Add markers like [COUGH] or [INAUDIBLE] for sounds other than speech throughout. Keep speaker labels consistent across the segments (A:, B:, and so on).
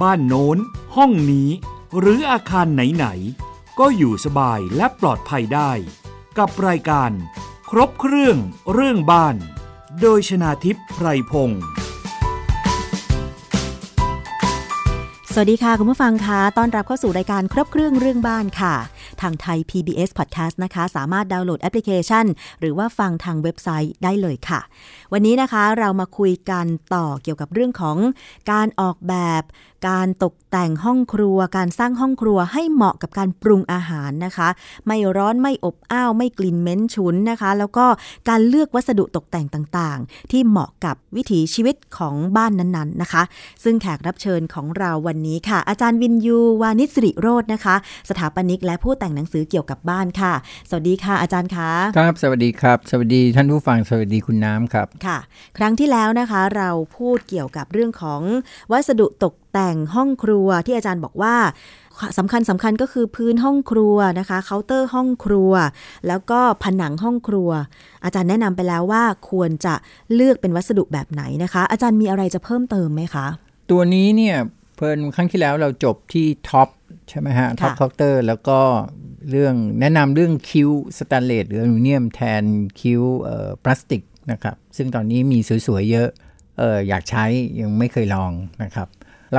A: บ้านโน้น ห้องนี้ หรืออาคารไหนๆ ก็อยู่สบายและปลอดภัยได้ กับรายการ ครบเครื่องเรื่องบ้าน โดยชนาทิพย์ไพรพงศ์
B: สวัสดีค่ะ คุณผู้ฟังคะต้อนรับเข้าสู่รายการครบเครื่องเรื่องบ้านค่ะ ทางไทย PBS Podcast นะคะ สามารถดาวน์โหลดแอปพลิเคชัน หรือว่าฟังทางเว็บไซต์ได้เลยค่ะ วันนี้นะคะเรามาคุยกันต่อเกี่ยวกับเรื่องของการออกแบบ การตกแต่งห้องครัว การสร้างห้องครัวให้เหมาะกับการปรุงอาหารนะคะ ไม่ร้อนไม่อบอ้าว ไม่กลิ่นเหม็นฉุนนะคะ แล้วก็การเลือกวัสดุตกแต่งต่างๆ ที่เหมาะกับวิถีชีวิตของบ้านนั้นๆนะคะ ซึ่งแขกรับเชิญของเราวันนี้ค่ะ อาจารย์วินยูวานิชสิริโรจน์นะคะ สถาปนิกและผู้แต่งหนังสือเกี่ยวกับบ้านค่ะ สวัสดีค่ะ อาจารย์คะ
C: ครับ สวัสดีครับ สวัสดีท่านผู้ฟัง สวัสดีคุณน้ำครับ
B: ค่ะ ครั้งที่แล้วนะคะ เราพูดเกี่ยวกับเรื่องของวัสดุตกแต่งห้องครัวที่อาจารย์บอกว่าสำคัญสำคัญก็คือพื้นห้องครัวนะคะเคาน์เตอร์ห้องครัว แล้วก็ผนังห้องครัว อาจารย์แนะนำไปแล้วว่าควรจะเลือกเป็นวัสดุแบบไหนนะคะ อาจารย์มีอะไรจะเพิ่มเติมไหมคะ
C: ตัวนี้เนี่ยเพลินครั้งที่แล้วเราจบที่ท็อปใช่ไหมฮะท็อปเคาน์เตอร์แล้วก็เรื่องแนะนำเรื่องคิ้วสแตนเลสหรืออลูมิเนียมแทนคิ้วเอ่อพลาสติกนะครับ ซึ่งตอนนี้มีสวยๆเยอะเอออยากใช้ยังไม่เคยลองนะครับ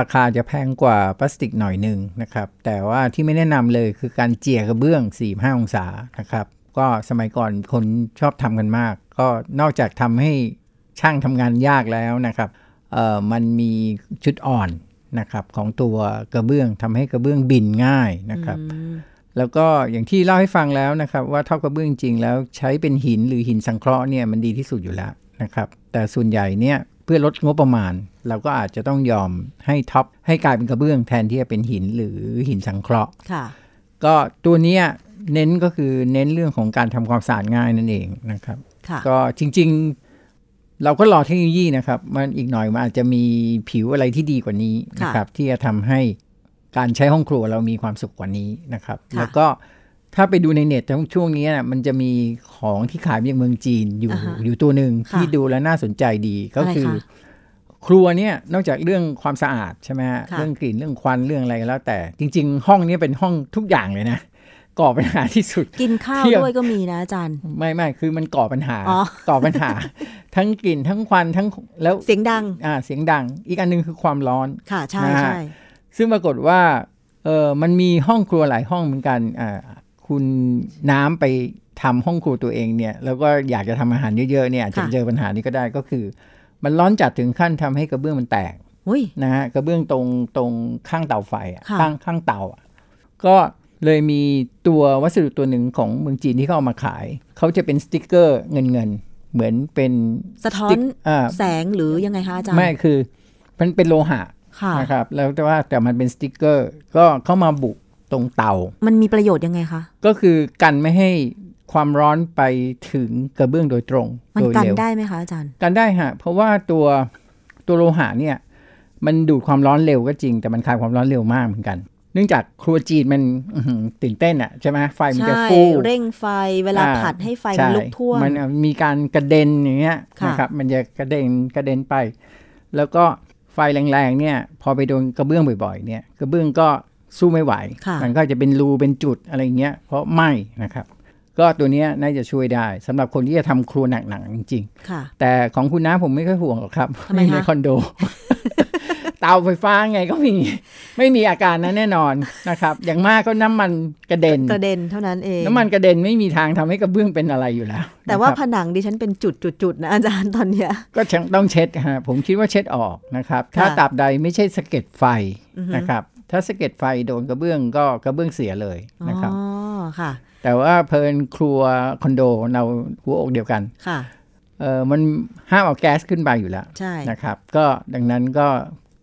C: ราคาจะแพงกว่าพลาสติกหน่อยหนึ่งนะครับ แต่ว่าที่ไม่แนะนำเลยคือการเจียกระเบื้อง 4-5 องศานะครับ ก็สมัยก่อนคนชอบทำกันมาก ก็นอกจากทำให้ช่างทำงานยากแล้วนะครับเอ่อมันมีจุดอ่อนนะครับของตัวกระเบื้องทำให้กระเบื้องบินง่ายนะครับ แล้วก็อย่างที่เล่าให้ฟังแล้วนะครับว่าท่อกระเบื้องจริงแล้วใช้เป็นหินหรือหินสังเคราะห์เนี่ยมันดีที่สุดอยู่แล้วนะครับแต่ส่วนใหญ่เนี่ยเพื่อลดงบประมาณ เราก็อาจจะต้องยอมให้ท็อปให้กลายเป็นกระเบื้องแทนที่จะเป็นหินหรือหินสังเคราะห์
B: ค่ะ
C: ก็ตัวเนี้ยเน้นก็คือเน้นเรื่องของการทำความสะอาดง่ายนั่นเองนะครับ
B: ค่ะ
C: ก็จริงๆ เราก็รอเทคโนโลยีนะครับ มันอีกหน่อยมันอาจจะมีผิวอะไรที่ดีกว่านี้
B: ค่ะ
C: นะครับ ที่จะทำให้การใช้ห้องครัวเรามีความสุขกว่านี้นะครับ
B: ค่ะ
C: แล้วก็ถ้าไปดูในเน็ตช่วงนี้นะมันจะมีของที่ขายมาจากเมืองจีนอยู่
B: อ่าฮะ
C: อยู่ตัวหนึ่ง
B: ค่ะ
C: ที่ดูแล้วน่าสนใจดีก็
B: อะไร
C: คือ
B: คะ
C: ครัวเนี่ยนอกจากเรื่องความสะอาดใช่ไหมฮะ
B: ค่ะ
C: เรื่องกลิ่นเรื่องควันเรื่องอะไรก็แล้ว แต่จริง ๆ ห้องเนี้เป็นห้องทุกอย่างเลยนะก่อปัญหาที่สุด
B: กินข้าว
C: เที่ยง
B: ด้วยก็มีนะอาจารย์
C: ไม่ไม่คือมันก่อปัญหา
B: อ๋อ
C: [LAUGHS] ก่อปัญหา ทั้งกลิ่นทั้งควันทั้งแล้ว
B: เสียงดัง
C: อ่าเสียงดัง อีกอันหนึงคือความร้อน
B: ค่ะ ใช่
C: นะฮะ
B: ใช่
C: ซึ่งปรากฏว่าเออมันมีห้องครัวหลายห้องเหมือนกันอ่าคุณน้ำไปทำห้องครัวตัวเองเนี่ยแล้วก็อยากจะทำอาหารเยอะๆเนี่ยอาจจะ
B: ค่ะ
C: เจอปัญหานี้ก็ได้ก็คือ มันร้อนจัดถึงขั้นทำให้กระเบื้องมันแตก
B: อุ้ย
C: นะฮะกระเบื้องตรงตรงข้างเตาไฟอะ
B: ค่ะ
C: ข้างข้างเตาอะก็เลยมีตัววัสดุตัวหนึ่งของเมืองจีนที่เขาเอามาขาย เขาจะเป็นสติกเกอร์เงินเงินเหมือนเป็น
B: สะท้อน
C: ติ๊กอ่า
B: แสงหรือยังไงคะอาจารย์
C: ไม่คือมันเป็นโลหะ
B: ค่ะ
C: นะครับแล้วแต่ว่าแต่มันเป็นสติกเกอร์ก็เข้ามาบุตรงเตา
B: มันมีประโยชน์ยังไงคะ
C: ก็คือกันไม่ให้ความร้อนไปถึงกระเบื้องโดยตรง
B: มัน
C: โดย
B: กัน
C: เร็ว
B: ได้ไหมคะอาจารย์
C: กันได้ฮะ เพราะว่าตัวตัวโลหะเนี่ยมันดูดความร้อนเร็วก็จริง แต่มันคายความร้อนเร็วมากเหมือนกัน เนื่องจากครัวจีนมันอื้อหือตื่นเต้นอะใช่ไหมไฟมัน
B: ใช่
C: จะฟู
B: เร่งไฟเวลา
C: อ่
B: ผัดให้ไฟมั
C: ช่
B: นลุกท่วม
C: มันมีการกระเด็นอย่างเงี้ย
B: ค่ะ
C: นะครับมันจะกระเด็นกระเด็นไป แล้วก็ไฟแรงๆเนี่ยพอไปโดนกระเบื้องบ่อยๆเนี่ยกระเบื้องก็สู้ไม่ไหว
B: ค่ะ
C: มันก็จะเป็นรูเป็นจุดอะไรอย่างเงี้ยเพราะไหม้นะครับ ก็ตัวเนี้ยน่าจะช่วยได้สำหรับคนที่จะทำครัวหนักๆจริงๆ
B: ค่ะ
C: แต่ของคุณน้าผมไม่ค่อยห่วงหรอกครับ
B: ทำไม
C: อยู่
B: คะ
C: ในค
B: [LAUGHS]
C: อนโด เตาไฟฟ้าไงก็มี ไม่มีอาการนั้นแน่นอนนะครับ อย่างมากก็น้ำมันกระเด็น
B: กระเด็นเท่านั้นเอง
C: น้ำมันกระเด็นไม่มีทางทำให้กระเบื้องเป็นอะไรอยู่แล้ว
B: แต่ว่า
C: นะ
B: ผ
C: ครับ
B: นังดิฉันเป็นจุดจุดจุดๆนะอา [LAUGHS] จารย์ตอนเนี้ย
C: ก็ช่างต้องเช็ดฮะผมคิดว่าเช็ดออกนะครับ ถ้า
B: ค่ะ
C: ตราบใดไม่ใช่สะเก็ดไฟ
B: อือฮึ
C: นะครับ ถ้าสะเก็ดไฟโดนกระเบื้องก็กระเบื้องเสียเลย
B: อ๋
C: นะครับ
B: อ ค่ะ
C: แต่ว่าเพลินครัวคอนโดเราหัวอกเดียวกัน
B: ค่ะ
C: เออมันห้ามเอาแก๊สขึ้นไปอยู่แล้ว
B: ใช่
C: นะครับก็ดังนั้นก็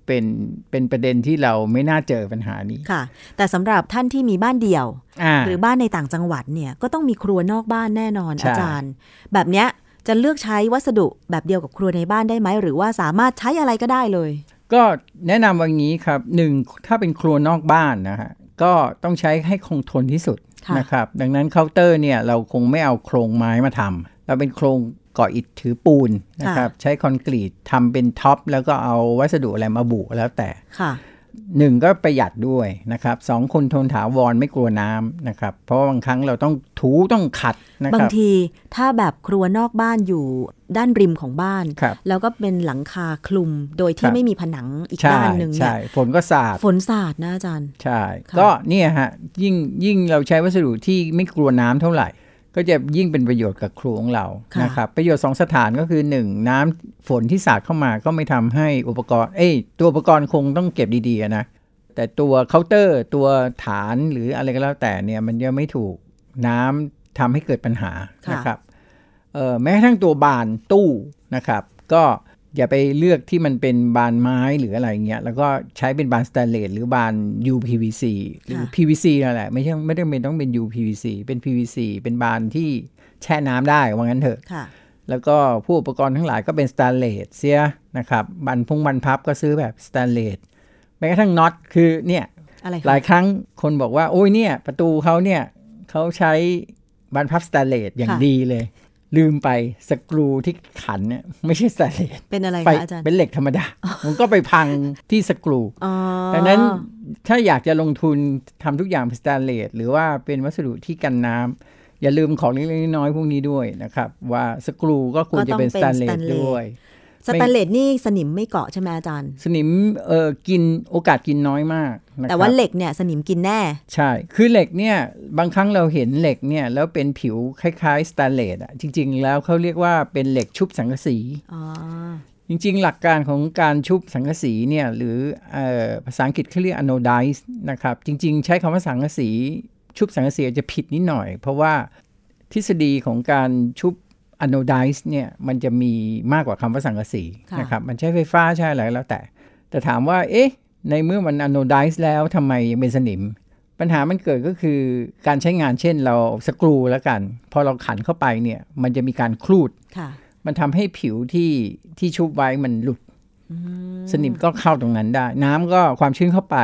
C: เป็นเป็นประเด็นที่เราไม่น่าเจอปัญหานี้
B: ค่ะ แต่สำหรับท่านที่มีบ้านเดี่ยว
C: อ่า
B: หรือบ้านในต่างจังหวัดเนี่ยก็ต้องมีครัวนอกบ้านแน่นอน
C: ใช่
B: อาจารย์ แบบเนี้ยจะเลือกใช้วัสดุแบบเดียวกับครัวในบ้านได้ไหม หรือว่าสามารถใช้อะไรก็ได้เลย
C: ก็แนะนำว่างี้ครับหนึ่งถ้าเป็นครัวนอกบ้านนะฮะก็ต้องใช้ให้คงทนที่สุด
B: ค่ะ
C: นะครับดังนั้นเคาน์เตอร์เนี่ยเราคงไม่เอาโครงไม้มาทำเราเป็นโครงก่ออิฐถือปูนนะครับใช้คอนกรีตทำเป็นท็อปแล้วก็เอาวัสดุอะไรมาบุแล้วแต่
B: ค่ะ
C: หนึ่งก็ประหยัดด้วยนะครับสองคนทนถาวรไม่กลัวน้ำนะครับ เพราะบางครั้งเราต้องถูต้องขัดนะ
B: บาง
C: ครับ
B: ทีถ้าแบบครัวนอกบ้านอยู่ด้านริมของบ้าน
C: ครับ
B: แล้วก็เป็นหลังคาคลุมโดย
C: ครั
B: ที่
C: บ
B: ไม่มีผนังอีก
C: ใช่
B: ด้านหนึ่งเนี่
C: ใช่
B: ย
C: ฝนก็สาด
B: ฝนสาดนะอาจารย์
C: ใช่
B: ค่ะ
C: ก็เนี่ยฮะยิ่งยิ่งเราใช้วัสดุที่ไม่กลัวน้ำเท่าไหร่ ก็จะยิ่งเป็นประโยชน์กับครัวของเรานะครับประโยชน์ 2 สถานก็คือ 1 น้ำฝนที่สาดเข้ามาก็ไม่ทำให้อุปกรณ์เอ้ยตัวอุปกรณ์คงต้องเก็บดีๆนะแต่ตัวเคาน์เตอร์ ตัวฐานหรืออะไรก็แล้วแต่เนี่ยมันจะไม่ถูกน้ำทำให้เกิดปัญหานะครับเอ่อแม้กระทั่งตัวบานตู้นะครับ ก็อย่าไปเลือกที่มันเป็นบานไม้หรืออะไรเงี้ยแล้วก็ใช้เป็นบานสแตนเลสหรือบาน UPVC หรือ
B: ค่ะ
C: PVC นั่นแหละไม่ใช่ไม่ได้เป็นต้องเป็น UPVC เป็น PVC เป็นบานที่แช่น้ำได้ว่างั้นเถอะ
B: ค่ะ
C: แล้วก็ผู้อุปกรณ์ทั้งหลายก็เป็นสแตนเลสเสียนะครับบันพุงบันพับก็ซื้อแบบสแตนเลสแม้กระทั่งน็อตคือเนี่ย
B: อะไร
C: ห
B: คะ
C: ลายครั้งคนบอกว่า โอ้ยเนี่ย ประตูเขาเนี่ยเขาใช้บานพับสแตนเลสอย่างดีเลย ลืมไปสกรูที่ขันเนี่ยไม่ใช่สแตนเลส
B: เป็นอะไร
C: ไฟ
B: คะอาจารย์
C: เป็นเหล็กธรรมดา มันก็ไปพังที่สกรู
B: อ๋อ
C: ดังนั้นถ้าอยากจะลงทุนทำทุกอย่างเป็นสแตนเลสหรือว่าเป็นวัสดุที่กันน้ำอย่าลืมของเล็กๆน้อยๆพวกนี้ด้วยนะครับ ว่าสกรูก็ควรจะเป็นสแตนเลสด้วย
B: สแตนเลสนี่สนิมไม่เกาะใช่ไหมอาจารย์
C: สนิมเออกินโอกาสกินน้อยมากนะครับ
B: แต่ว่าเหล็กเนี่ยสนิมกินแน่
C: ใช่ คือเหล็กเนี่ย บางครั้งเราเห็นเหล็กเนี่ย แล้วเป็นผิวคล้ายๆสแตนเลสอะจริง ๆ แล้วเขาเรียกว่าเป็นเหล็กชุบสังกะสี
B: อ๋อ
C: จริง ๆ หลักการของการชุบสังกะสีเนี่ย หรือเออภาษาอังกฤษเขาเรียก anodize นะครับ จริง ๆ ใช้คำว่าสังกะสี ชุบสังกะสีอาจจะผิดนิดหน่อย เพราะว่าทฤษฎีของการชุบ anodize เนี่ย มันจะมีมากกว่าคำว่าสังกะสี
B: ค่ะ
C: นะครับมันใช้ไฟฟ้าใช้อะไรแล้วแต่ แต่ถามว่า เอ๊ะ ในเมื่อมัน anodize แล้วทำไมยังเป็นสนิม ปัญหามันเกิดก็คือการใช้งานเช่นเราสกรูแล้วกัน พอเราขันเข้าไปเนี่ยมันจะมีการคลูด
B: ค่ะ
C: มันทำให้ผิวที่ที่ชุบไว้มันหลุด สนิมก็เข้าตรงนั้นได้ น้ำก็ความชื้นเข้าไป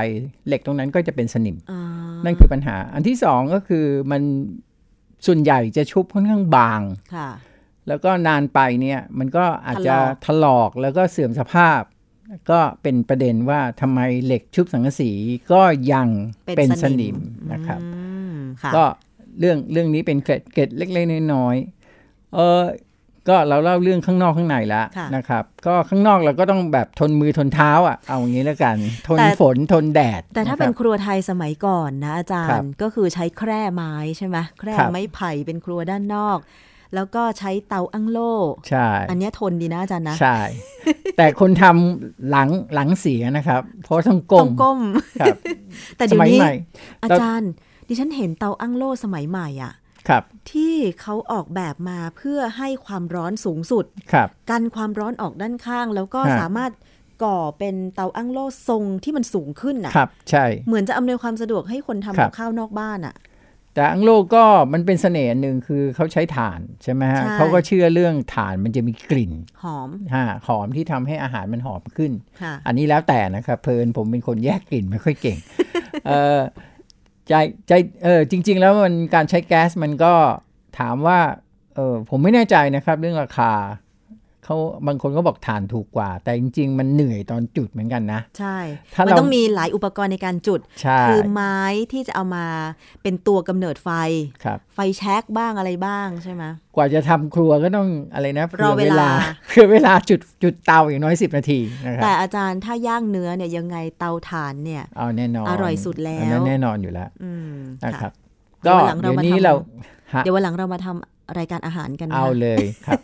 C: เหล็กตรงนั้นก็จะเป็นสนิม
B: อ๋อ
C: นั่นคือปัญหา อันที่สองก็คือมันส่วนใหญ่จะชุบค่อนข้างบาง
B: ค่ะ
C: แล้วก็นานไปเนี่ยมันก็อาจจะถลอกแล้วก็เสื่อมสภาพ ก็เป็นประเด็นว่าทำไมเหล็กชุบสังกะสีก็ยัง
B: เป็
C: เป็น
B: น
C: ส
B: สนิ
C: นิม
B: ม
C: นะครับ
B: อืม ค่ะ
C: ก็เรื่องเรื่องนี้เป็นเกร็ดเกร็ดเล็กๆน้อยๆเออก็เราเล่าเรื่องข้างนอกข้างในละ
B: ค่ะ
C: นะครับ ก็ข้างนอกเราก็ต้องแบบทนมือทนเท้าอ่ะเอาอย่างนี้แล้วกัน ทนฝนทนแดด
B: แต่ถ้า
C: ะค
B: เป็
C: รั
B: น
C: บ
B: ครัวไทยสมัยก่อนนะอาจาร
C: ครับ
B: ย์ก็คือใช้แคร่ไม้ใช่ไหมแคร่
C: ครับ
B: ไม้ไผ่เป็นครัวด้านนอก แล้วก็ใช้เตาอั้งโล่
C: ใช่
B: อันเนี้ยทนดีนะอาจารย์นะ
C: ใช่ แต่คนทำหลังหลังเสียนะครับ เพราะต้อง
B: ต้
C: ก้
B: องก้ม [LAUGHS]
C: ครับ
B: แต่
C: ส
B: เดี๋ยว
C: มัย
B: นี้
C: ใหม่
B: อาจารย์ ดิฉันเห็นเตาอั้งโล่สมัยใหม่อ่ะ
C: ครับ
B: ที่เขาออกแบบมาเพื่อให้ความร้อนสูงสุด
C: ครับ
B: กันความร้อนออกด้านข้าง แล้วก็
C: ฮะ
B: สามารถก่อเป็นเตาอั้งโล่ทรงที่มันสูงขึ้นน่ะ
C: ครับใช่
B: เหมือนจะอำนวยความสะดวกให้คนทำ
C: ครั
B: กับบ ข้าวนอกบ้านอ่ะ
C: แต่อังโลก็มันเป็นเสน่ห์อันหนึ่งคือเขาใช้ถ่านใช่ไหมฮะ
B: ใช่
C: เขาก็เชื่อเรื่องถ่านมันจะมีกลิ่น
B: หอม
C: ฮะหอมที่ทำให้อาหารมันหอมขึ้น
B: ค่ะ
C: อันนี้แล้วแต่นะครับเพลินผมเป็นคนแยกกลิ่นไม่ค่อยเก่ง [LAUGHS] เออใจใจเออจริง ๆ แล้วมันการใช้แก๊สมันก็ถามว่าเออผมไม่แน่ใจนะครับเรื่องราคาเขาบางคนก็บอกฐานถูกกว่า แต่จริง ๆ มันเหนื่อยตอนจุดเหมือนกันนะ
B: ใช่
C: ถ้า
B: มัน
C: เรา
B: ต้องมีหลายอุปกรณ์ในการจุด
C: ใช่
B: คือไม้ที่จะเอามาเป็นตัวกำเนิดไฟ
C: ครับ
B: ไฟแช็กบ้างอะไรบ้างใช่ไหม
C: กว่าจะทำครัวก็ต้องอะไรนะ
B: รอเวลา
C: เพื่อเวลา [LAUGHS] จุดจุดเตาอย่างน้อย 10 นาทีนะค
B: แต่
C: รับ
B: อาจารย์ถ้าย่างเนื้อเนี่ยยังไงเตาถ่านเนี่ย
C: เอาแน่นอน
B: อร่อยสุดแล้ว
C: อันนั้นแน่นอนอยู่แล้ว
B: อืม
C: นะครั
B: ค่ะ
C: บ ก็
B: วันหลังเรา
C: เดี๋ยว
B: มา
C: นี้
B: ทำ
C: เราฮะ
B: เดี๋ยววันหลังเรามาทำรายการอาหารกันนะ
C: เอาเลย
B: [LAUGHS]
C: ครับ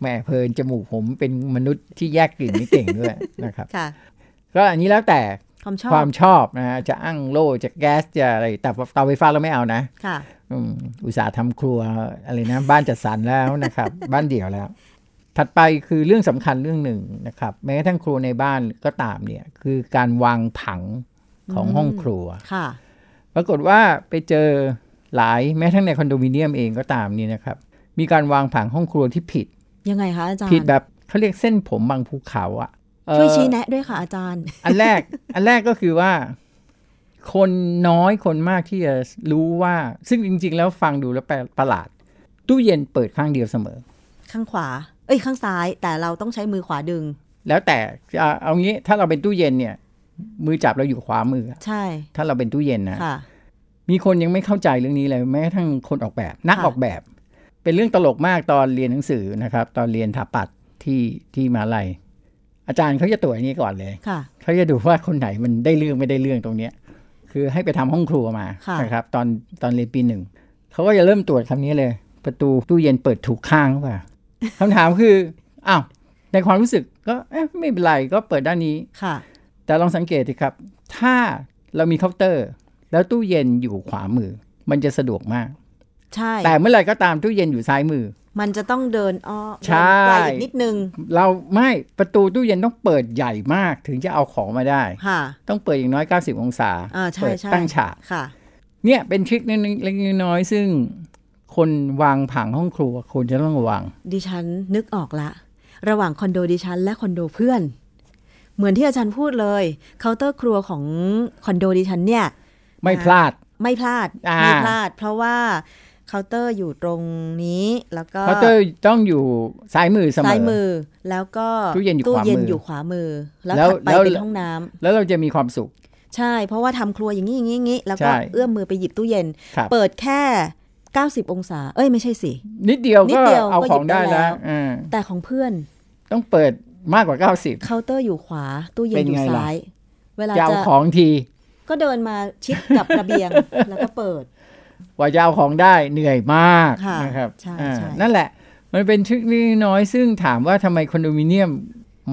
C: แหม่เพลินจมูกผมเป็นมนุษย์ที่แยกกลิ่นไม่เก่งด้วย [LAUGHS] นะครับ
B: ค่ะ
C: ก็อันนี้แล้วแต่
B: ความชอ
C: ค
B: บ
C: วามชอบนะฮะจะอั้งโล่จะแก๊สจะอะไรแต่เตาไฟฟ้าเราไม่เอานะ
B: ค่ะ
C: อืมอุตสาห์ทำครัวอะไรนะ บ้านจัดสรรแล้วนะครับ [LAUGHS] บ้านเดี่ยวแล้ว ถัดไปคือเรื่องสำคัญเรื่องหนึ่งนะครับ แม้กระทั่งครัวในบ้านก็ตามเนี่ย คือการวางผังของห้องครัว
B: ค่ะ
C: ปรากฏว่าไปเจอหลายแม้ทั้งในคอนโดมิเนียมเองก็ตามนี่นะครับ มีการวางผังห้องครัวที่ผิด
B: ยังไงคะอาจารย์
C: ผิดแบบเขาเรียกเส้นผมบางภูเขาอะเอ่อ
B: ช่วยชี้แนะด้วยค่ะอาจารย์
C: อันแรก อันแรกก็คือว่า คนน้อยคนมากที่จะรู้ว่า ซึ่งจริง ๆ แล้วฟังดูแล้วแปลกประหลาด ตู้เย็นเปิดข้างเดียวเสมอ
B: ข้างขวา เอ้ยข้างซ้าย แต่เราต้องใช้มือขวาดึง
C: แล้วแต่อ่ะเอางี้ถ้าเราเป็นตู้เย็นเนี่ย มือจับเราอยู่ขวามือ
B: ใช่
C: ถ้าเราเป็นตู้เย็นนะ
B: ค่ะ
C: มีคนยังไม่เข้าใจเรื่องนี้เลยแม้กระทั่งคนออกแบบ นัก
B: ค่ะ
C: ออกแบบ เป็นเรื่องตลกมากตอนเรียนหนังสือนะครับ ตอนเรียนถาปัดที่ที่มหาลัยอาจารย์เขาจะตรวจอย่างนี้ก่อนเลย
B: ค่ะ
C: เขาจะดูว่าคนไหนมันได้เรื่องไม่ได้เรื่องตรงเนี้ยคือให้ไปทำห้องครัวมา
B: ค่ะ
C: นะครับ ตอนตอนเรียนปีหนึ่งเขาก็จะเริ่มตรวจคำนี้เลย ประตูตู้เย็นเปิดถูกข้างหรือเปล่า คำถามคืออ้าวในความรู้สึกก็เอ๊ะไม่เป็นไรก็เปิดด้านนี้
B: ค่ะ
C: แต่ลองสังเกตสิครับ ถ้าเรามีเคาน์เตอร์ แล้วตู้เย็นอยู่ขวามือ มันจะสะดวกมาก
B: ใช่
C: แต่เมื่อไหร่ก็ตามตู้เย็นอยู่ซ้ายมือ
B: มันจะต้องเดินอ้อ
C: ใช่
B: ไกลอีกนิดนึง
C: เราไม่ประตูตู้เย็นต้องเปิดใหญ่มากถึงจะเอาของมาได้
B: ค่ะ
C: ต้องเปิดอย่างน้อย 90 องศา
B: อ่าใช่
C: เปิด
B: ใช่
C: ตั้งฉาก
B: ค่ะ
C: เนี่ยเป็นทริคเล็กๆน้อยๆซึ่งคนวางผังห้องครัวควรจะต้องระวัง
B: ดิฉันนึกออกละ ระหว่างคอนโดดิฉันและคอนโดเพื่อน เหมือนที่อาจารย์พูดเลยเคาน์เตอร์ครัวของคอนโดดิฉันเนี่ย
C: ไม่พลาด
B: ไม่พลาด
C: อ่า
B: ไม่พลาด เพราะว่าเคาน์เตอร์อยู่ตรงนี้แล้วก็
C: เคาน์เตอร์ต้องอยู่ซ้ายมือเสมอ
B: ซ้ายมือ แล้วก็
C: ตู้เย็นอยู่ขวามือ
B: อยู่ขวามือ แล้ว
C: แล้ว
B: ถัดไป
C: แล้ว
B: เป็นห้องน้ำ
C: แล้วเราจะมีความสุข
B: ใช่ เพราะว่าทำครัวอย่างนี้อย่างนี้อย่างนี้แล้วก็
C: ใช่
B: เอื้อมมือไปหยิบตู้เย็น
C: ครับ
B: เปิดแค่ 90 องศา เอ้ยไม่ใช่สิ
C: นิดเดียว
B: นิ
C: ก็
B: ดเดียว
C: เอา
B: ก็หยิบ
C: ของได้
B: ได้แล้
C: แล้ว
B: ว
C: อ่า
B: แต่ของเพื่อน
C: ต้องเปิดมากกว่า 90
B: เคาน์เตอร์อยู่ขวา ตู้เย็นอยู่
C: เป็นไงล่ะ
B: ซ้าย เวลา
C: จะเอา
B: จะ
C: ของที
B: ก็เดินมาชิดกับระเบีย
C: [LAUGHS]
B: ง แล้วก็เปิด
C: กว่าจะเอาของได้เหนื่อยมาก
B: ค่ะ
C: นะครับ
B: ใช่
C: อ่า
B: ใช่
C: นั่นแหละ มันเป็นทริคเล็กๆน้อยๆซึ่งถามว่าทำไมคอนโดมิเนียม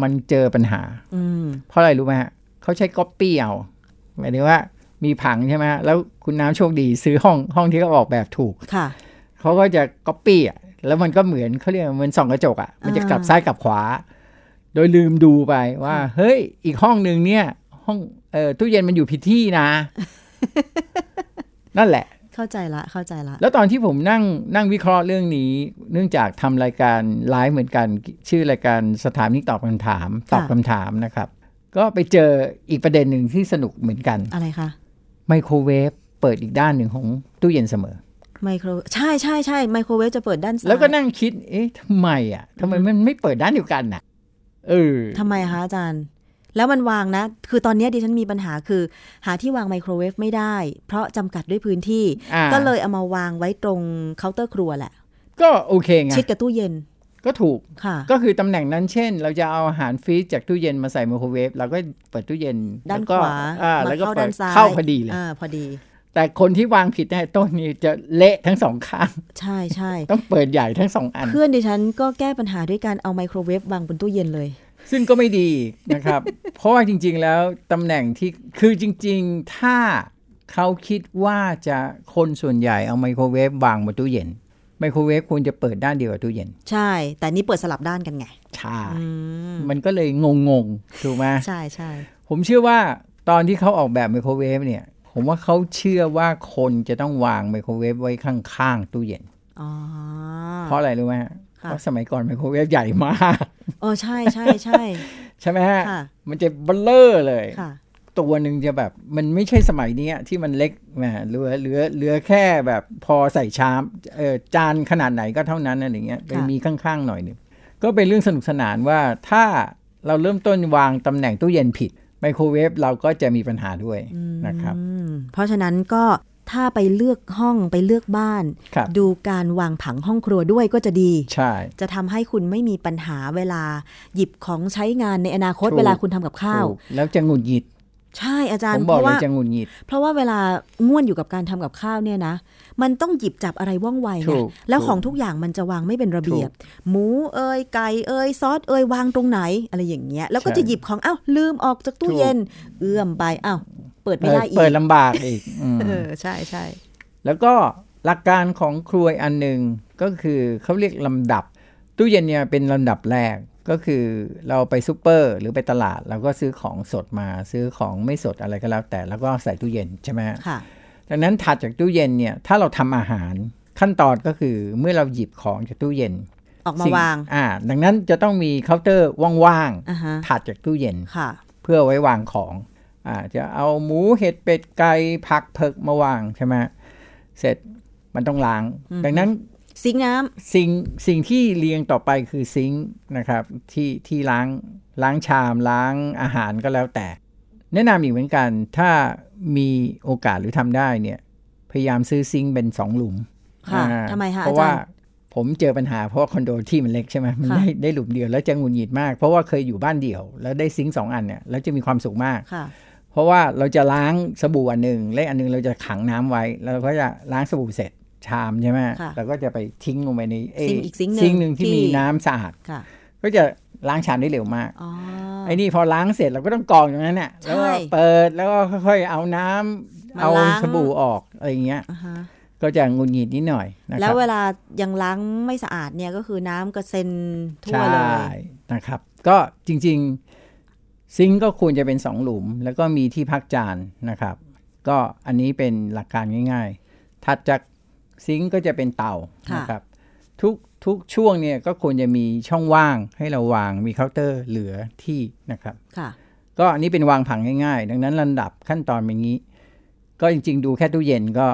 C: มันเจอปัญหา
B: อืม
C: เพราะอะไรรู้ไหมฮะเขาใช้ก๊อปปี้เอาหมายถึงว่ามีผังใช่ไหมฮะแล้วคุณน้ำโชคดีซื้อห้องห้องที่เขาออกแบบถูก
B: ค่ะ
C: เขาก็จะก๊อปปี้อ่ะแล้วมันก็เหมือนเขาเรียกว่าเหมือนส่องกระจกอ่ะมันจะกลับ
B: อ่า
C: ซ้ายกลับขวา โดยลืมดูไปว่า เฮ้ย อีกห้องหนึ่งเนี่ย ห้องเออตู้เย็นมันอยู่ผิดที่นะ นั่นแหละ
B: เข้าใจละ เข้าใจละ
C: แล้วตอนที่ผมนั่งนั่งวิเคราะห์เรื่องนี้ เนื่องจากทำรายการไลฟ์เหมือนกัน ชื่อรายการสถานีตอบคำถาม ตอบ
B: ค่ะ
C: คำถามนะครับ ก็ไปเจออีกประเด็นหนึ่งที่สนุกเหมือนกัน
B: อะไรคะ
C: ไมโครเวฟเปิดอีกด้านหนึ่งของตู้เย็นเสมอ
B: ไมโคร ใช่ใช่ใช่ไมโครเวฟจะเปิดด้านซ้าย
C: แล้วก็นั่งคิด เอ๊ะทำไมอ่ะทำไมมันไม่เปิดด้านเดียวกันน่ะ เออ
B: ทำไมคะอาจารย์ แล้วมันวางนะ คือตอนเนี้ยดิฉันมีปัญหาคือ หาที่วางไมโครเวฟไม่ได้ เพราะจำกัดด้วยพื้นที่
C: อ่า
B: ก็เลยเอามาวางไว้ตรงเคาน์เตอร์ครัวแหละ
C: ก็โอเคไง
B: ชิดกับตู้เย็น
C: ก็ถูก
B: ค่ะ
C: ก็คือตำแหน่งนั้นเช่น เราจะเอาอาหารฟรีซจากตู้เย็นมาใส่ไมโครเวฟเราก็เปิดตู้เย็น
B: ด้าน
C: แล้
B: ข
C: ก็
B: วา
C: อ่า
B: มา
C: แล้วก็
B: เข้า
C: เปิ
B: ด้าน
C: ด
B: ซ้าย
C: เข้าพอดีเลย
B: อ่า พอดี
C: แต่คนที่วางผิดเนี่ยต้นนี้จะเละทั้งสองข้าง [LAUGHS]
B: ใช่ใช่
C: ต้องเปิดใหญ่ทั้งสองอัน
B: เพื่อนดิฉันก็แก้ปัญหาด้วยการเอาไมโครเวฟวางบนตู้เย็นเลย
C: ซึ่งก็ไม่ดีนะครับ [LAUGHS] เพราะว่าจริง ๆ แล้วตำแหน่งที่คือจริง ๆ ถ้าเขาคิดว่าจะคนส่วนใหญ่เอาไมโครเวฟวางบนตู้เย็น ไมโครเวฟควรจะเปิดด้านเดียวกับตู้เย็น
B: ใช่ แต่นี่เปิดสลับด้านกันไง
C: ใช่
B: อืม
C: มันก็เลยงงๆถูกไหม
B: ใช่ใช่
C: ผมเชื่อว่าตอนที่เขาออกแบบไมโครเวฟเนี่ย ผมว่าเขาเชื่อว่าคนจะต้องวางไมโครเวฟไว้ข้างๆตู้เย็น
B: อ๋อ
C: เพราะอะไรรู้ไหมฮะ
B: ค่ะ
C: เพราะสมัยก่อนไมโครเวฟใหญ่มาก
B: เออใช่ใช่ใช่
C: ใช่ไหมฮะ
B: ค่ะ
C: มันจะเบลอเลย
B: ค่ะ
C: ตัวหนึ่งจะแบบ มันไม่ใช่สมัยเนี้ยที่มันเล็กแหมเหลือเหลือเหลือแค่แบบพอใส่ชามเอ่อจานขนาดไหนก็เท่านั้นอะไรเงี้ยไปมีข้างๆหน่อยหนึ่งก็เป็นเรื่องสนุกสนานว่าถ้าเราเริ่มต้นวางตำแหน่งตู้เย็นผิด ไมโครเวฟเราก็จะมีปัญหาด้วยนะครับ
B: อืม เพราะฉะนั้นก็ถ้าไปเลือกห้องไปเลือกบ้าน
C: ครับ
B: ดูการวางผังห้องครัวด้วยก็จะดี
C: ใช่
B: จะทำให้คุณไม่มีปัญหาเวลาหยิบของใช้งานในอนาคต
C: ถูก
B: เวลาคุณทำกับข้าว
C: ถูกแล้วจะหงุดหงิด
B: ใช่อาจาร
C: ผ
B: ย์
C: ม
B: เพ
C: บอก
B: ราะ
C: เลย
B: ว่า
C: จะหงุดหงิด
B: เพราะว่าเวลาง่วนอยู่กับการทำกับข้าวเนี่ยนะ มันต้องหยิบจับอะไรว่องไว
C: ถู
B: ไง
C: ก
B: แล้วของ
C: ถูก
B: ทุกอย่างมันจะวางไม่เป็นระเบียบ
C: ถู
B: หมูเอ่ยไก่เอ่ยซอสเอ่ยวางตรงไหนอะไรอย่างเงี้ย แล้วก็
C: ใช่
B: จะหยิบของอ้าวลืมออกจากตู้
C: ถูก
B: เย็น เอื้อมไปอ้าวเปิดไม่ได้อีก
C: เปิดลำบากอีกอืม
B: เออใช่ใช่
C: แล้วก็หลักการของครัวอันหนึ่งก็คือเขาเรียกลำดับ ตู้เย็นเนี่ยเป็นลำดับแรกก็คือเราไปซูเปอร์หรือไปตลาดเราก็ซื้อของสดมาซื้อของไม่สดอะไรก็แล้วแต่แล้วก็ใส่ตู้เย็นใช่ไหมฮะ
B: ค่ะ
C: ดังนั้นถัดจากตู้เย็นเนี่ยถ้าเราทำอาหารขั้นตอนก็คือเมื่อเราหยิบของจากตู้เย็น
B: ออกมา
C: สิ่
B: วาง
C: อ่า ดังนั้นจะต้องมีเคาน์เตอร์ว่าง
B: อ่าฮะ
C: ๆถัดจากตู้เย็น
B: ค่ะ
C: เพื่อไว้วางของอาจะเอาหมูเห็ดเป็ดไก่ผักเผือกมาวางใช่ไหมเสร็จมันต้องล้าง ดังนั้น
B: ซิงค์น้ำ
C: สิ่งสิ่งที่เรียงต่อไปคือซิงค์นะครับที่ที่ล้างล้างชามล้างอาหารก็แล้วแต่ แนะนำอีกเหมือนกันถ้ามีโอกาสหรือทำได้เนี่ยพยายามซื้อซิงค์เป็นสองหลุม
B: ค่ะ
C: อ่า
B: ทำไมคะ
C: เพราะ
B: อาจารย์
C: ว่าผมเจอปัญหาเพราะว่าคอนโดที่มันเล็กใช่ไหมมัน
B: ค่ะ
C: ได้ได้หลุมเดียวแล้วจะหงุนหงิดมาก เพราะว่าเคยอยู่บ้านเดี่ยว แล้วได้ซิงค์สองอันเนี่ยแล้วจะมีความสุขมาก
B: ค่ะ
C: เพราะว่าเราจะล้างสบู่อันหนึ่งและอีกอันหนึ่งเราจะขังน้ำไว้ แล้วเราก็จะล้างสบู่เสร็จชามใช่ไหม
B: ค่ะ
C: เราก็จะไปทิ้งลงไปในเ
B: ซิงค์อีกซิงค์หนึ่ง
C: ซิงค์หนึ่งที่
B: ที่
C: มีน้ำสะอาด
B: ค่ะ
C: ก็จะล้างชามได้เร็วมาก
B: อ๋อ
C: ไอ้นี่พอล้างเสร็จเราก็ต้องกรองอย่างนั้นน่ะ
B: ใช่
C: แล้วก็เปิดแล้วก็ค่อยๆเอาน้ำ
B: มา
C: เอา
B: ล้าง
C: สบู่ออกอะไรอย่างเงี้ย
B: อ่าฮะ
C: ก็จะงุนงิดนิดหน่อยนะค
B: แล้
C: รั
B: ว
C: บ
B: เวลายังล้างไม่สะอาดเนี่ยก็คือน้ำกระเซ็นทั่ว
C: ใช่
B: เลย
C: นะครับ ก็จริงๆซิงค์ก็ควรจะเป็นสองหลุม แล้วก็มีที่พักจานนะครับ ก็อันนี้เป็นหลักการง่ายๆถัดจากซิงค์ก็จะเป็นเตา
B: ค่ะ
C: นะครับ ทุกทุกช่วงเนี่ยก็ควรจะมีช่องว่างให้เราวางมีเคาน์เตอร์เหลือที่นะครับ
B: ค่ะ
C: ก็อันนี้เป็นวางผังง่ายๆ ดังนั้นลำดับขั้นตอนเป็นงี้ ก็จริงๆ ดูแค่ตู้เย็นก็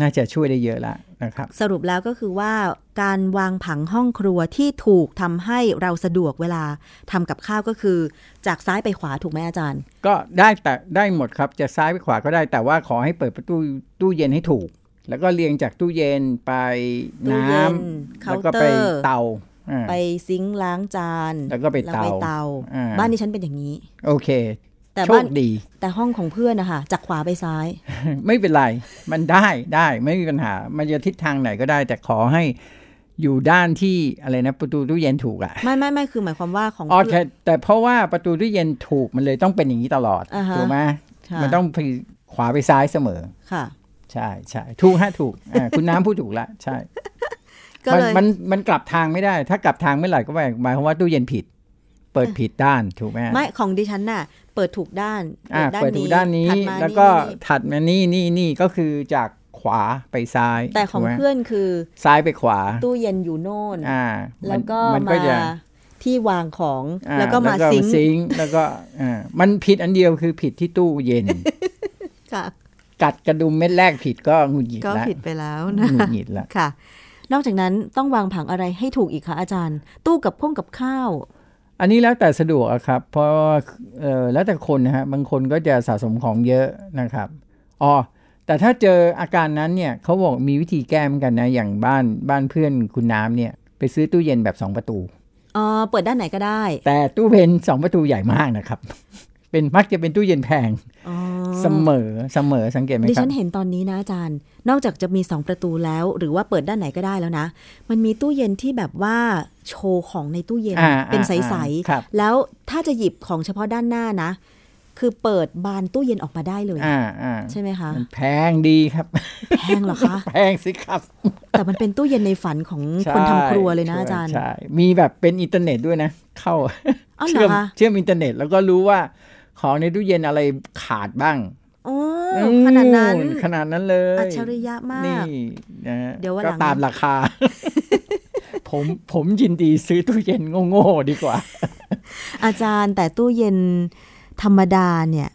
C: น่าจะช่วยได้เยอะละนะครับ
B: สรุปแล้วก็คือว่าการวางผังห้องครัวที่ถูกทำให้เราสะดวกเวลาทำกับข้าวก็คือ จากซ้ายไปขวาถูกไหมอาจารย์
C: ก็ได้แต่ได้หมดครับจะซ้ายไปขวาก็ได้แต่ว่าขอให้เปิดประตูตู้เย็นให้ถูก แล้วก็เรียงจากตู้เย็นไป
B: ตู้
C: น้
B: เย็น
C: ำ
B: เคา
C: แล้ว
B: น์
C: ก็
B: เต
C: ไป
B: อร์
C: เตาอ่า
B: ไปซิงค์ล้างจาน
C: แล้วก็ไปเตาอ่า
B: บ้านที่ฉันเป็นอย่างนี้
C: โอเค
B: แต่
C: โช
B: บ้าน
C: คดี [LAUGHS]
B: แต่ห้องของเพื่อนนะคะจากขวาไปซ้าย
C: ไม่เป็นไร มันได้ได้ไม่มีปัญหา มันจะทิศทางไหนก็ได้ แต่ขอให้อยู่ด้านที่อะไรนะประตูตู้เย็นถูกอะ
B: ไม่ไม่ไม่คือหมายความว่าของ
C: อ๋อ
B: เพื่อน
C: แต่แต่เพราะว่าประตูตู้เย็นถูกมันเลยต้องเป็นอย่างนี้ตลอด
B: อ่าฮะ
C: ถูกไหม
B: ค่ะ
C: มันต้องไปขวาไปซ้ายเสมอ
B: ค่ะ
C: ใช่ใช่ถูกฮะถูกอ่าคุณน้ำพูดถูกละใช่
B: ก็
C: มัน
B: เลย
C: มันมันกลับทางไม่ได้ ถ้ากลับทางเมื่อไหร่ก็หมายความว่าตู้เย็นผิด เปิดผิดด้านถูกไหม
B: ไม่ของดิฉันน่ะ เปิดถูกด้าน
C: อ่าเปิดถูกด้านนี้
B: ถัมา
C: แล้วก็
B: นี่
C: ถัดมานี่นี่นี่ก็คือจากขวาไปซ้าย
B: แต่ของ
C: ถูกไหม
B: เพื่อนคือ
C: ซ้ายไปขวา
B: ตู้เย็นอยู่โน่น
C: อ่ามั
B: แล้
C: น
B: วก็
C: มัน
B: มา
C: ก็จะ
B: ที่วางของ
C: อ่
B: แล้วก็มาซิงค์
C: ซิงค์แล้วก็อ่ามันผิดอันเดียวคือผิดที่ตู้เย็น
B: [LAUGHS] ค่ะ
C: กัดกระดุมเม็ดแรกผิดก็หงุดหงิด
B: ก็
C: ละ
B: ผิดไปแล้ว
C: ห
B: นะ
C: งุดหงิดละ
B: ค่ะ นอกจากนั้นต้องวางผังอะไรให้ถูกอีกคะอาจารย์ ตู้กับพ่วงกับข้าว
C: อันนี้แล้วแต่สะดวกอะครับ เพราะว่าเอ่อแล้วแต่คนนะฮะบางคนก็จะสะสมของเยอะนะครับอ๋อแต่ถ้าเจออาการนั้นเนี่ยเขาบอกมีวิธีแก้เหมอนกันนะ อย่างบ้านบ้านเพื่อนคุณน้ำเนี่ย ไปซื้อตู้เย็นแบบ 2 ประตู
B: เออเปิดด้านไหนก็ได้
C: แต่ตู้เย็น2 ประตูใหญ่มากนะครับ [LAUGHS] เป็นมักจะเป็นตู้เย็นแพง
B: อ๋อ
C: เสมอเสมอสังเกตไหม
B: ดิ
C: ครั
B: ฉั
C: บ
B: นเห็นตอนนี้นะอาจารย์ นอกจากจะมี 2 ประตูแล้ว หรือว่าเปิดด้านไหนก็ได้แล้วนะ มันมีตู้เย็นที่แบบว่าโชว์ของในตู้เย็น
C: อ่า
B: เป็นใ
C: อ่า
B: ส
C: อ่าครับ
B: ๆแล้วถ้าจะหยิบของเฉพาะด้านหน้านะ คือเปิดบานตู้เย็นออกมาได้เลย
C: อ่าอ่า
B: ใช่ไหมคะ
C: มันแพงดีครับ [LAUGHS]
B: แพงเหรอคะ
C: แพงสิครับ
B: แต่มันเป็นตู้เย็นในฝันของคนทำครัวเลยนะ
C: ใช่
B: อาจารย์
C: ใช่ มีแบบเป็นอินเทอร์เน็ตด้วยนะ เข้า
B: อ๋อเหร
C: เชื่อ
B: อ
C: ม
B: คะ
C: เชื่อมอินเทอร์เน็ตแล้วก็รู้ว่าของในตู้เย็นอะไรขาดบ้าง
B: โอ้ขนาดนั้น
C: อืมขนาดนั้นเลย
B: อัจฉริยะมาก
C: นี่นะฮะ
B: เดี๋ยววันหลั
C: ก็
B: ง
C: ตามรา
B: [LAUGHS]
C: คา ผมผมยินดีซื้อตู้เย็นโง่ๆดีกว่า
B: อาจารย์แต่ตู้เย็นธรรมดาเนี่ย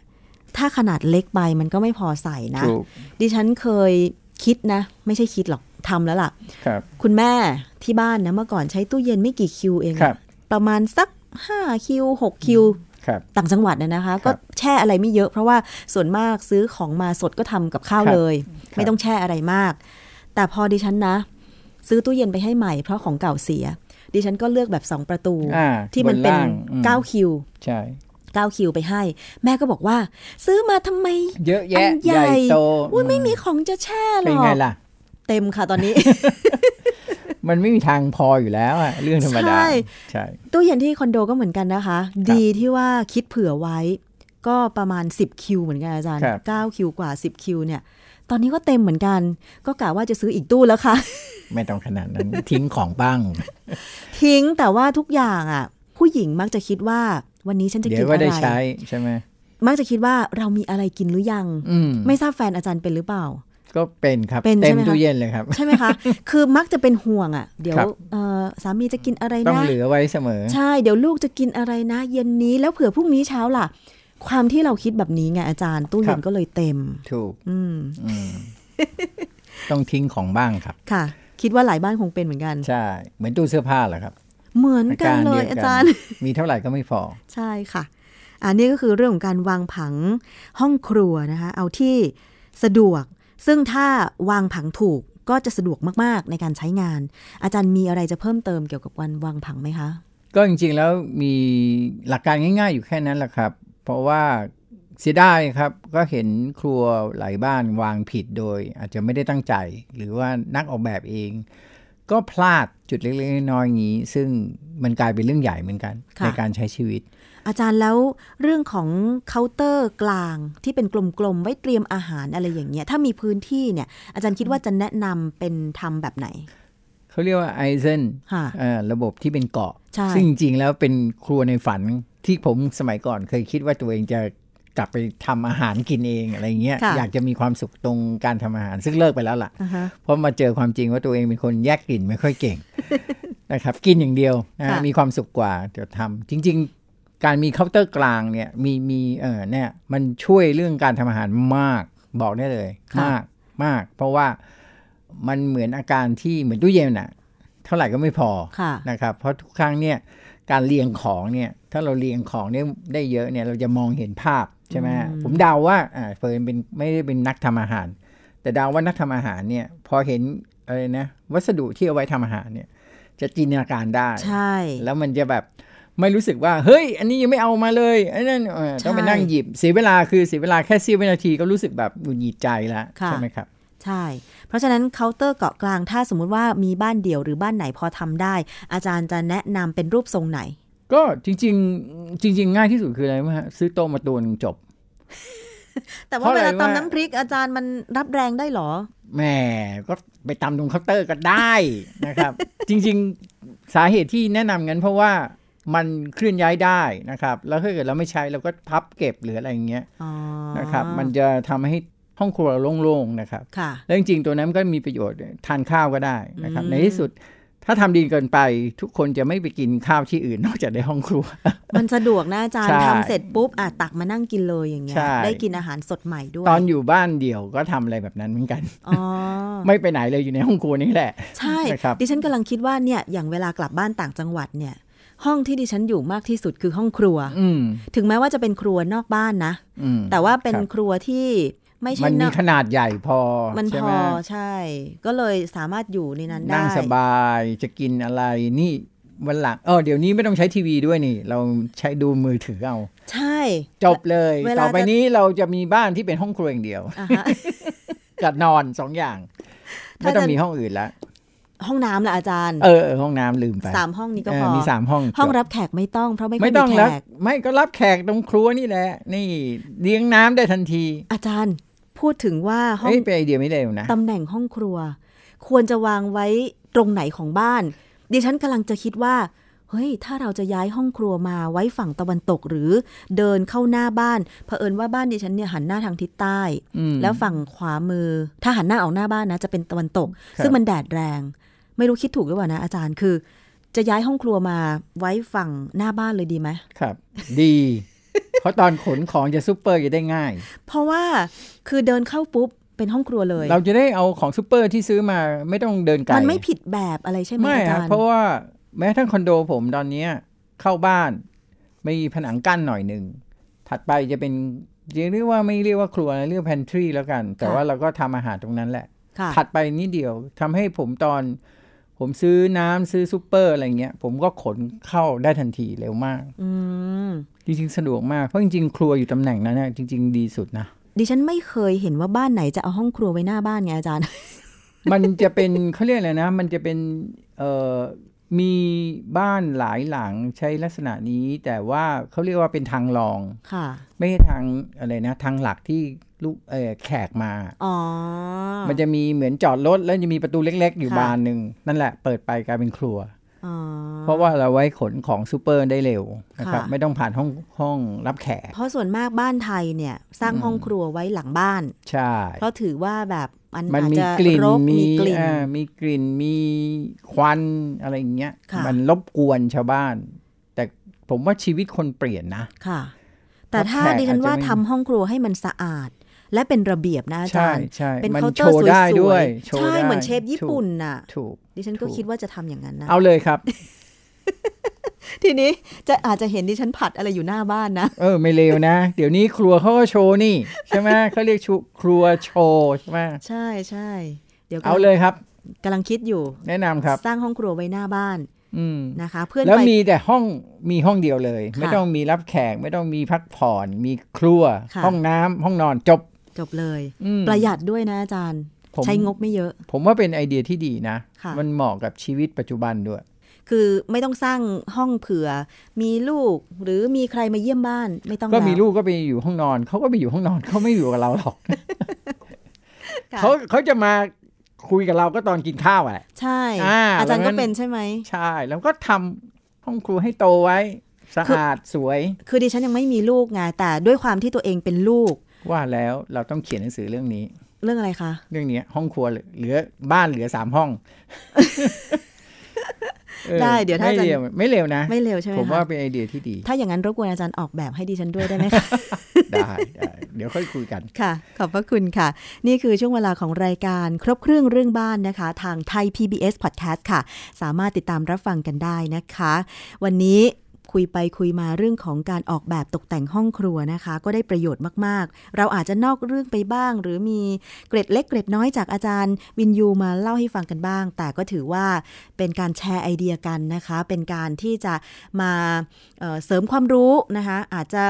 B: ถ้าขนาดเล็กไปมันก็ไม่พอใส่นะ
C: ถูก
B: ดิฉันเคยคิดนะ ไม่ใช่คิดหรอกทำแล้วล่ะ
C: ครับ
B: คุณแม่ที่บ้านนะเมื่อก่อนใช้ตู้เย็นไม่กี่คิวเอง
C: ครับ
B: ประมาณสัก 5 คิว 6 คิว
C: ครับ
B: ต่างจังหวัดนะนะคะ ก็แช่อะไรไม่เยอะ เพราะว่าส่วนมากซื้อของมาสดก็ทำกับข้าว
C: ครับ
B: เลย
C: ครับ
B: ไม่ต้องแช่อะไรมาก แต่พอดิฉันนะ ซื้อตู้เย็นไปให้ใหม่เพราะของเก่าเสีย ดิฉันก็เลือกแบบ 2 ประตู
C: อ่า
B: ที่มันเป็น
C: บล่างอืม
B: 9 คิว
C: ใช่
B: 9 คิวไปให้ แม่ก็บอกว่า ซื้อมาทำไม
C: เยอะ
B: อั
C: แยะ
B: นใหญ่
C: โต
B: อุ้ยไม่มี
C: อื
B: ของจะแช่หร
C: เป็น
B: อ
C: ไง
B: ก
C: ล่ะ
B: เต็มค่ะตอนนี้
C: มันไม่มีทางพออยู่แล้วอะเรื่องธรรมดา
B: ใช่
C: ใช่
B: [LAUGHS] ตู้เย็นที่คอนโดก็เหมือนกันนะคะ ดีที่ว่าคิดเผื่อไว้ ก็ประมาณ 10 คิวเหมือนกันอาจารย์
C: ครับ
B: 9 คิวกว่า 10 คิวเนี่ย ตอนนี้ก็เต็มเหมือนกัน ก็กะว่าจะซื้ออีกตู้แล้วค่ะ [LAUGHS]
C: ไม่ต้องขนาดนั้น ทิ้งของบ้าง
B: ทิ้งแต่ว่าทุกอย่างอ่ะ ผู้หญิงมักจะคิดว่าวันนี้ฉันจะ
C: เดี๋ย
B: กิน
C: วก็
B: อะ
C: ได้
B: ไร
C: ใช้ใช่ไหม
B: มักจะคิดว่าเรามีอะไรกินหรือยัง
C: อืม
B: ไม่ทราบแฟนอาจารย์เป็นหรือเปล่า
C: ก็เป็นครับ
B: เป็น
C: เต็
B: ใช่
C: ม
B: ไหมคะ
C: ตู้เย็นเลยครับ
B: ใช่ไหม
C: [LAUGHS]
B: คะ คือมักจะเป็นห่วงอ่ะ เดี๋ยว
C: ครับ
B: เอ่อสามีจะกินอะไร
C: ต้อง
B: นะ
C: เหลือไว้เสมอ
B: ใช่ เดี๋ยวลูกจะกินอะไรนะ เย็นนี้แล้วเผื่อพรุ่งนี้เช้าล่ะ ความที่เราคิดแบบนี้ไงอาจารย์ ตู้เย็
C: ครั
B: น
C: บ
B: ก็เลยเต็ม
C: ถูก
B: อืม
C: อืมต้องทิ้งของบ้างครับ
B: ค่ะ คิดว่าหลายบ้านคงเป็นเหมือนกัน
C: ใช่ เหมือนตู้เสื้อผ้าเหรอครับ
B: เหมือนกัน
C: ร
B: เลย
C: ดีว
B: อาจารย์
C: มีเท่าไหร่ก็ไม่พอ
B: ใช่ค่ะ อันนี้ก็คือเรื่องของการวางผังห้องครัวนะคะ เอาที่สะดวก ซึ่งถ้าวางผังถูกก็จะสะดวกมากๆในการใช้งาน อาจารย์มีอะไรจะเพิ่มเติมเกี่ยวกับวันวางผังไหมคะ
C: ก็จริงๆแล้วมีหลักการง่าย ๆ อยู่แค่นั้นแหละครับ เพราะว่าเสียดายครับ ก็เห็นครัวหลายบ้านวางผิดโดย อาจจะไม่ได้ตั้งใจ หรือว่านักออกแบบเอง ก็พลาดจุดเล็กๆน้อยๆอย่างนี้ ซึ่งมันกลายเป็นเรื่องใหญ่เหมือนกัน
B: ค่ะ
C: ในการใช้ชีวิต
B: อาจารย์แล้วเรื่องของเคาน์เตอร์กลางที่เป็นกลมๆไว้เตรียมอาหารอะไรอย่างเงี้ยถ้ามีพื้นที่เนี่ย อาจารย์คิดว่าจะแนะนำเป็นทำแบบไหน
C: เขาเรียกว่าไอเซน
B: ค่ะ
C: ระบบที่เป็นเกาะ
B: ใช่
C: ซึ่งจริงๆแล้วเป็นครัวในฝันที่ผมสมัยก่อนเคยคิดว่าตัวเองจะกลับไปทำอาหารกินเองอะไรเงี้ย
B: ค่ะ
C: อยากจะมีความสุขตรงการทำอาหาร ซึ่งเลิกไปแล้วล่ะ
B: อ่าฮะ
C: เพราะมาเจอความจริงว่าตัวเองเป็นคนแยกกลิ่นไม่ค่อย
B: [LAUGHS]
C: เก่ง นะครับ กินอย่างเดียวนะฮะ
B: ค่ะ
C: มีความสุขกว่าเดี๋ยวทำจริง ๆ การมีเคาน์เตอร์กลางเนี่ยมีมีเออเนี่ยมันช่วยเรื่องการทำอาหารมากบอกได้เลย
B: ค่ะ
C: มากมาก เพราะว่ามันเหมือนอาการที่เหมือนตู้เย็นอะเท่าไหร่ก็ไม่พอ
B: ค่ะ
C: นะครับเพราะทุกครั้งเนี่ยการเรียงของเนี่ยถ้าเราเรียงของได้ได้เยอะเนี่ยเราจะมองเห็นภาพใช่ไหมฮะ
B: อืม
C: ผมเดาว่าอ่าเฟิร์นเป็นไม่ได้เป็นนักทำอาหาร แต่เดาว่านักทำอาหารเนี่ยพอเห็นอะไรนะวัสดุที่เอาไว้ทำอาหารเนี่ยจะจินตนาการได้
B: ใช่
C: แล้วมันจะแบบไม่รู้สึกว่าเฮ้ย อันนี้ยังไม่เอามาเลยอันนั้นเออต้องไปนั่งหยิบเสียเวลาคือเสียเวลาแค่เสี้ยววินาทีก็รู้สึกแบบหงุดหงิดใจแล้ว
B: ค่ะ
C: ใช่ไหมครับ
B: ใช่ เพราะฉะนั้นเคาน์เตอร์เกาะกลางถ้าสมมุติว่ามีบ้านเดี่ยวหรือบ้านไหนพอทำได้ อาจารย์จะแนะนำเป็นรูปทรงไหน
C: ก็จริง ๆ จริง ๆ ง่ายที่สุดคืออะไรรู้ไหมฮะซื้อโต๊ะมาตัวหนึงจบ
B: แต่
C: เพ
B: ว่า
C: ราะ
B: เวลา
C: อะไรวะ
B: ตำน้ำพริกอาจารย์มันรับแรงได้เหรอ
C: แหม่ก็ไปตำตรงเคาน์เตอร์ก็ได้ นะครับ [LAUGHS] จริงๆสาเหตุที่แนะนำงั้นเพราะว่ามันเคลื่อนย้ายได้นะครับ แล้วถ้าเกิดเราไม่ใช้เราก็พับเก็บหรืออะไรอย่างเงี้ย
B: อ๋อ
C: นะครับ มันจะทำให้ห้องครัวเราโล่งๆนะครับ
B: ค่ะ
C: แล้วจริงๆตัวนั้นก็มีประโยชน์ทานข้าวก็ได้นะครับ
B: อืม
C: ในที่สุดถ้าทำดีเกินไปทุกคนจะไม่ไปกินข้าวที่อื่นนอกจากในห้องครัว
B: มันสะดวกนะอาจารย์
C: ใช่
B: ทำเสร็จปุ๊บอ่ะตักมานั่งกินเลยอย่างเงี้ย
C: ใช่
B: ได้กินอาหารสดใหม่ด้วย
C: ตอนอยู่บ้านเดี่ยวก็ทำอะไรแบบนั้นเหมือนกัน
B: อ๋อ
C: ไม่ไปไหนเลยอยู่ในห้องครัวนี่แหละ
B: ใช่
C: นะครับ
B: ดิฉันกำลังคิดว่าเนี่ยอย่างเวลากลับบ้านต่างจังหวัดเนี่ย ห้องที่ดิฉันอยู่มากที่สุดคือห้องครัว
C: อืม
B: ถึงแม้ว่าจะเป็นครัวนอกบ้านนะ
C: อืม
B: แต่ว่าเป็น
C: ครับ
B: ครัวที่ไม่ใช่
C: มันมี
B: นอก
C: ขนาดใหญ่พอ
B: มัน
C: ใช่
B: พ
C: ไห
B: อใช่ ก็เลยสามารถอยู่ในนั้นได้
C: นั่งสบายจะกินอะไรนี่วันหลังเออเดี๋ยวนี้ไม่ต้องใช้ทีวีด้วยนี่ เราใช้ดูมือถือเอา
B: ใช่
C: จบเลย
B: เวลาจะ
C: ต่อไปนี้เราจะมีบ้านที่เป็นห้องครัวอย่างเดียว
B: อ่ะ [LAUGHS] ฮะ
C: กับนอนสองอย่าง
B: ถ้า
C: ไม่ต้อง
B: จะ
C: มีห้องอื่นละ
B: ห้องน้ำล่ะอาจารย์
C: เออเออห้องน้ำลืมไป
B: สามห้องนี้ก็
C: เออ
B: พอ
C: มีสามห้อง
B: ห้อง
C: จบ
B: รับแขกไม่ต้องเพราะไม่ค่อ
C: ไม่
B: ย
C: ต้อง
B: มี
C: รับ
B: แขก
C: ไม่ก็รับแขกตรงครัวนี่แหละ นี่เลี้ยงน้ำได้ทันที
B: อาจารย์ พูดถึงว่าห้อ
C: เอ้
B: ง
C: ยเป็นไอเดียไม่เร็วนะ
B: ตำแหน่งห้องครัว ควรจะวางไว้ตรงไหนของบ้าน ดิฉันกำลังจะคิดว่า เฮ้ย ถ้าเราจะย้ายห้องครัวมาไว้ฝั่งตะวันตกหรือเดินเข้าหน้าบ้านเผอิญว่าบ้านดิฉันเนี่ยหันหน้าทางทิศใต้
C: อืม
B: แล้วฝั่งขวามือ ถ้าหันหน้าออกหน้าบ้านนะจะเป็นตะวันตก
C: ครับ
B: ซึ่งมันแดดแรง ไม่รู้คิดถูกหรือเปล่านะอาจารย์คือ จะย้ายห้องครัวมาไว้ฝั่งหน้าบ้านเลยดีไหม
C: ครับ ดี เพราะตอนขนของจะซูเปอร์จะได้ง่าย
B: เพราะว่าคือเดินเข้าปุ๊บเป็นห้องครัวเลย
C: เราจะได้เอาของซูเปอร์ที่ซื้อมาไม่ต้องเดินไกล
B: มันไม่ผิดแบบอะไรใช่ไหม
C: ไม่
B: อา
C: ค
B: จาร
C: รับ
B: ย์
C: เพราะว่าแม้ทั้งคอนโดผมตอนเนี้ยเข้าบ้านมีผนังกั้นหน่อยหนึ่ง ถัดไปจะเป็นจะเรียกว่าไม่เรียกว่าครัวนะเรียกแพนทรีแล้วกัน แต่ว่าเราก็ทำอาหารตรงนั้นแหละ
B: ค่ะ
C: ถัดไปนิดเดียวทำให้ผมตอน ผมซื้อน้ำซื้อซูเปอร์อะไรเงี้ย ผมก็ขนเข้าได้ทันทีเร็วมาก
B: อืม
C: จริงๆ สะดวกมาก เพราะจริงๆ ครัวอยู่ตำแหน่งนั้นนะจริง ๆ ดีสุดนะ
B: ดิฉันไม่เคยเห็นว่าบ้านไหนจะเอาห้องครัวไว้หน้าบ้านไงอา
C: [LAUGHS]
B: จารย์
C: มันจะเป็น [LAUGHS] เขาเรียกอะไรนะ มันจะเป็นเอ่อมีบ้านหลายหลังใช้ลักษณะนี้ แต่ว่าเขาเรียกว่าเป็นทางรอง
B: ค่ะ
C: ไม่ใช่ทางอะไรนะ ทางหลักที่ลูกเอ่อแขกมา
B: อ๋อ
C: มันจะมีเหมือนจอดรถแล้วจะมีประตูเล็ก ๆ อยู่
B: ค่ะ
C: บานหนึ่งนั่นแหละเปิดไปกลายเป็นครัว
B: อ๋อ
C: เพราะว่าเราไว้ขนของซูเปอร์ได้เร็วนะครับ
B: ค่ะ
C: ไม่ต้องผ่านห้องห้องรับแขก
B: เพราะส่วนมากบ้านไทยเนี่ย สร้างห้องครัวไว้หลังบ้าน
C: ใช่
B: เพราะถือว่าแบบมัน
C: มัน
B: อาจ
C: มี
B: จะ
C: กลิ่น
B: รกมีกลิ่น
C: อ่ามีกลิ่นมีควันอะไรอย่างเงี้ย
B: ค่ะ
C: มันรบกวนชาวบ้าน แต่ผมว่าชีวิตคนเปลี่ยนนะ
B: ค่ะ แต่
C: รับ
B: ถ้า
C: แขก
B: ดิฉันว่า
C: อาจจะไม่
B: ทำห้องครัวให้มันสะอาด และเป็นระเบียบนะอาจา
C: ใช่
B: รย์
C: ใช่
B: เป็น
C: มั
B: เคาน์เต
C: โช
B: อร์
C: ว์
B: ส
C: ได้ด้ว
B: วย ย
C: โช
B: ๆ
C: ว์
B: ใช่
C: ได้
B: เหมือนเชฟญี่ปุ่น
C: ถูก
B: น่ะ
C: ถูก
B: ดิฉันก็
C: ถูก
B: คิดว่าจะทำอย่างนั้นนะ
C: เอาเลยครับ
B: ทีนี้จะอาจจะเห็นดิฉันผัดอะไรอยู่หน้าบ้านนะ
C: เออไม่เลวนะ เดี๋ยวนี้ครัวเขาก็โชว์นี่ ใช่ไหมเขาเรียกชุครัวโชว์ใช่ไหม
B: ใช่ใช่เดี๋ยวกำง
C: เอาเลยครับ
B: กำลังคิดอยู่
C: แนะนำครับ
B: สร้างห้องครัวไว้หน้าบ้าน
C: อืม
B: นะคะ เพื่อน
C: แล้ว
B: ไป
C: มีแต่ห้องมีห้องเดียวเลย ไม่
B: ค่ะ
C: ต้องมีรับแขกไม่ต้องมีพักผ่อน มีครัว
B: ค่ะ
C: ห้องน้ำห้องนอนจบ
B: จบเลย
C: อืม
B: ประหยัดด้วยนะอาจารย์
C: ผม
B: ใช้งบไม่เยอะ
C: ผมว่าเป็นไอเดียที่ดีนะ
B: ค่ะ
C: มันเหมาะกับชีวิตปัจจุบันด้วย
B: คือไม่ต้องสร้างห้องเผื่อ มีลูกหรือมีใครมาเยี่ยมบ้านไม่ต้อง
C: ก็
B: แว
C: มีลูกก็ไปอยู่ห้องนอนเขาก็ไปอยู่ห้องนอนเขาไม่อยู่กับเราหรอก
B: ค่ะ
C: เขาเขาจะมาคุยกับเราก็ตอนกินข้าวอะแหละ
B: ใช่
C: อ่า
B: อาจารย์
C: แล้ว
B: ก็
C: งั้น
B: เป็นใช่ไหม
C: ใช่ แล้วก็ทำห้องครัวให้โตไว้ สะ
B: คืออ
C: อาดสวย
B: คือดิฉันยังไม่มีลูกไงแต่ด้วยความที่ตัวเองเป็นลูก
C: ว่าแล้วเราต้องเขียนหนังสือเรื่องนี้
B: เรื่องอะไรคะ
C: เรื่องเนี้ยห้องครัวเหลือเหลือบ้านเหลือสามห้องออ
B: ได้เดี๋ยวถ้าอาจา
C: ไม่
B: ร
C: เร็
B: ย์
C: วไม่เร็วนะ
B: ไม่เร็วใช่ไหม
C: ผมว่า
B: คะ
C: เป็นไอเดียที่ดี
B: ถ้าอย่างนั้นรบกวนอาจารย์ออกแบบให้ดิฉันด้วยได้ไหมคะ
C: ได้ได้เดี๋ยวค่อยคุยกัน
B: ค่ะ ขอบพระคุณค่ะ นี่คือช่วงเวลาของรายการครบเครื่องเรื่องบ้านนะคะ ทางไทย PBS Podcast ค่ะ สามารถติดตามรับฟังกันได้นะคะ วันนี้คุยไปคุยมาเรื่องของการออกแบบตกแต่งห้องครัวนะคะ ก็ได้ประโยชน์มาก ๆ เราอาจจะนอกเรื่องไปบ้าง หรือมีเกร็ดเล็กเกร็ดน้อยจากอาจารย์วินยูมาเล่าให้ฟังกันบ้าง แต่ก็ถือว่าเป็นการแชร์ไอเดียกันนะคะ เป็นการที่จะมาเอ่อเสริมความรู้นะคะ อาจจะ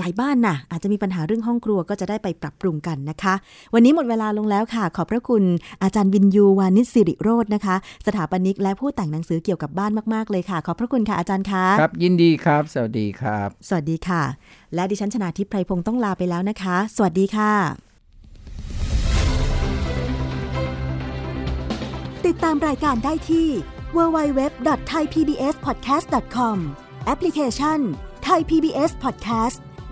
B: หลายบ้านน่ะ อาจจะมีปัญหาเรื่องห้องครัวก็จะได้ไปปรับปรุงกันนะคะ วันนี้หมดเวลาลงแล้วค่ะ ขอบพระคุณอาจารย์วินยูวานิชสิริโรจน์นะคะ สถาปนิกและผู้แต่งหนังสือเกี่ยวกับบ้านมาก ๆ เลยค่ะ ขอบพระคุณค่ะอาจารย์คะ
C: ครับ ยินดีครับ สวัสดีครับ
B: สวัสดีค่ะ และดิฉันชนาทิพย์ไพรพงศ์ต้องลาไปแล้วนะคะ สวัสดีค่ะ
D: ติดตามรายการได้ที่ www.thaipbspodcast.com แอปพลิเคชัน Thai PBS Podcast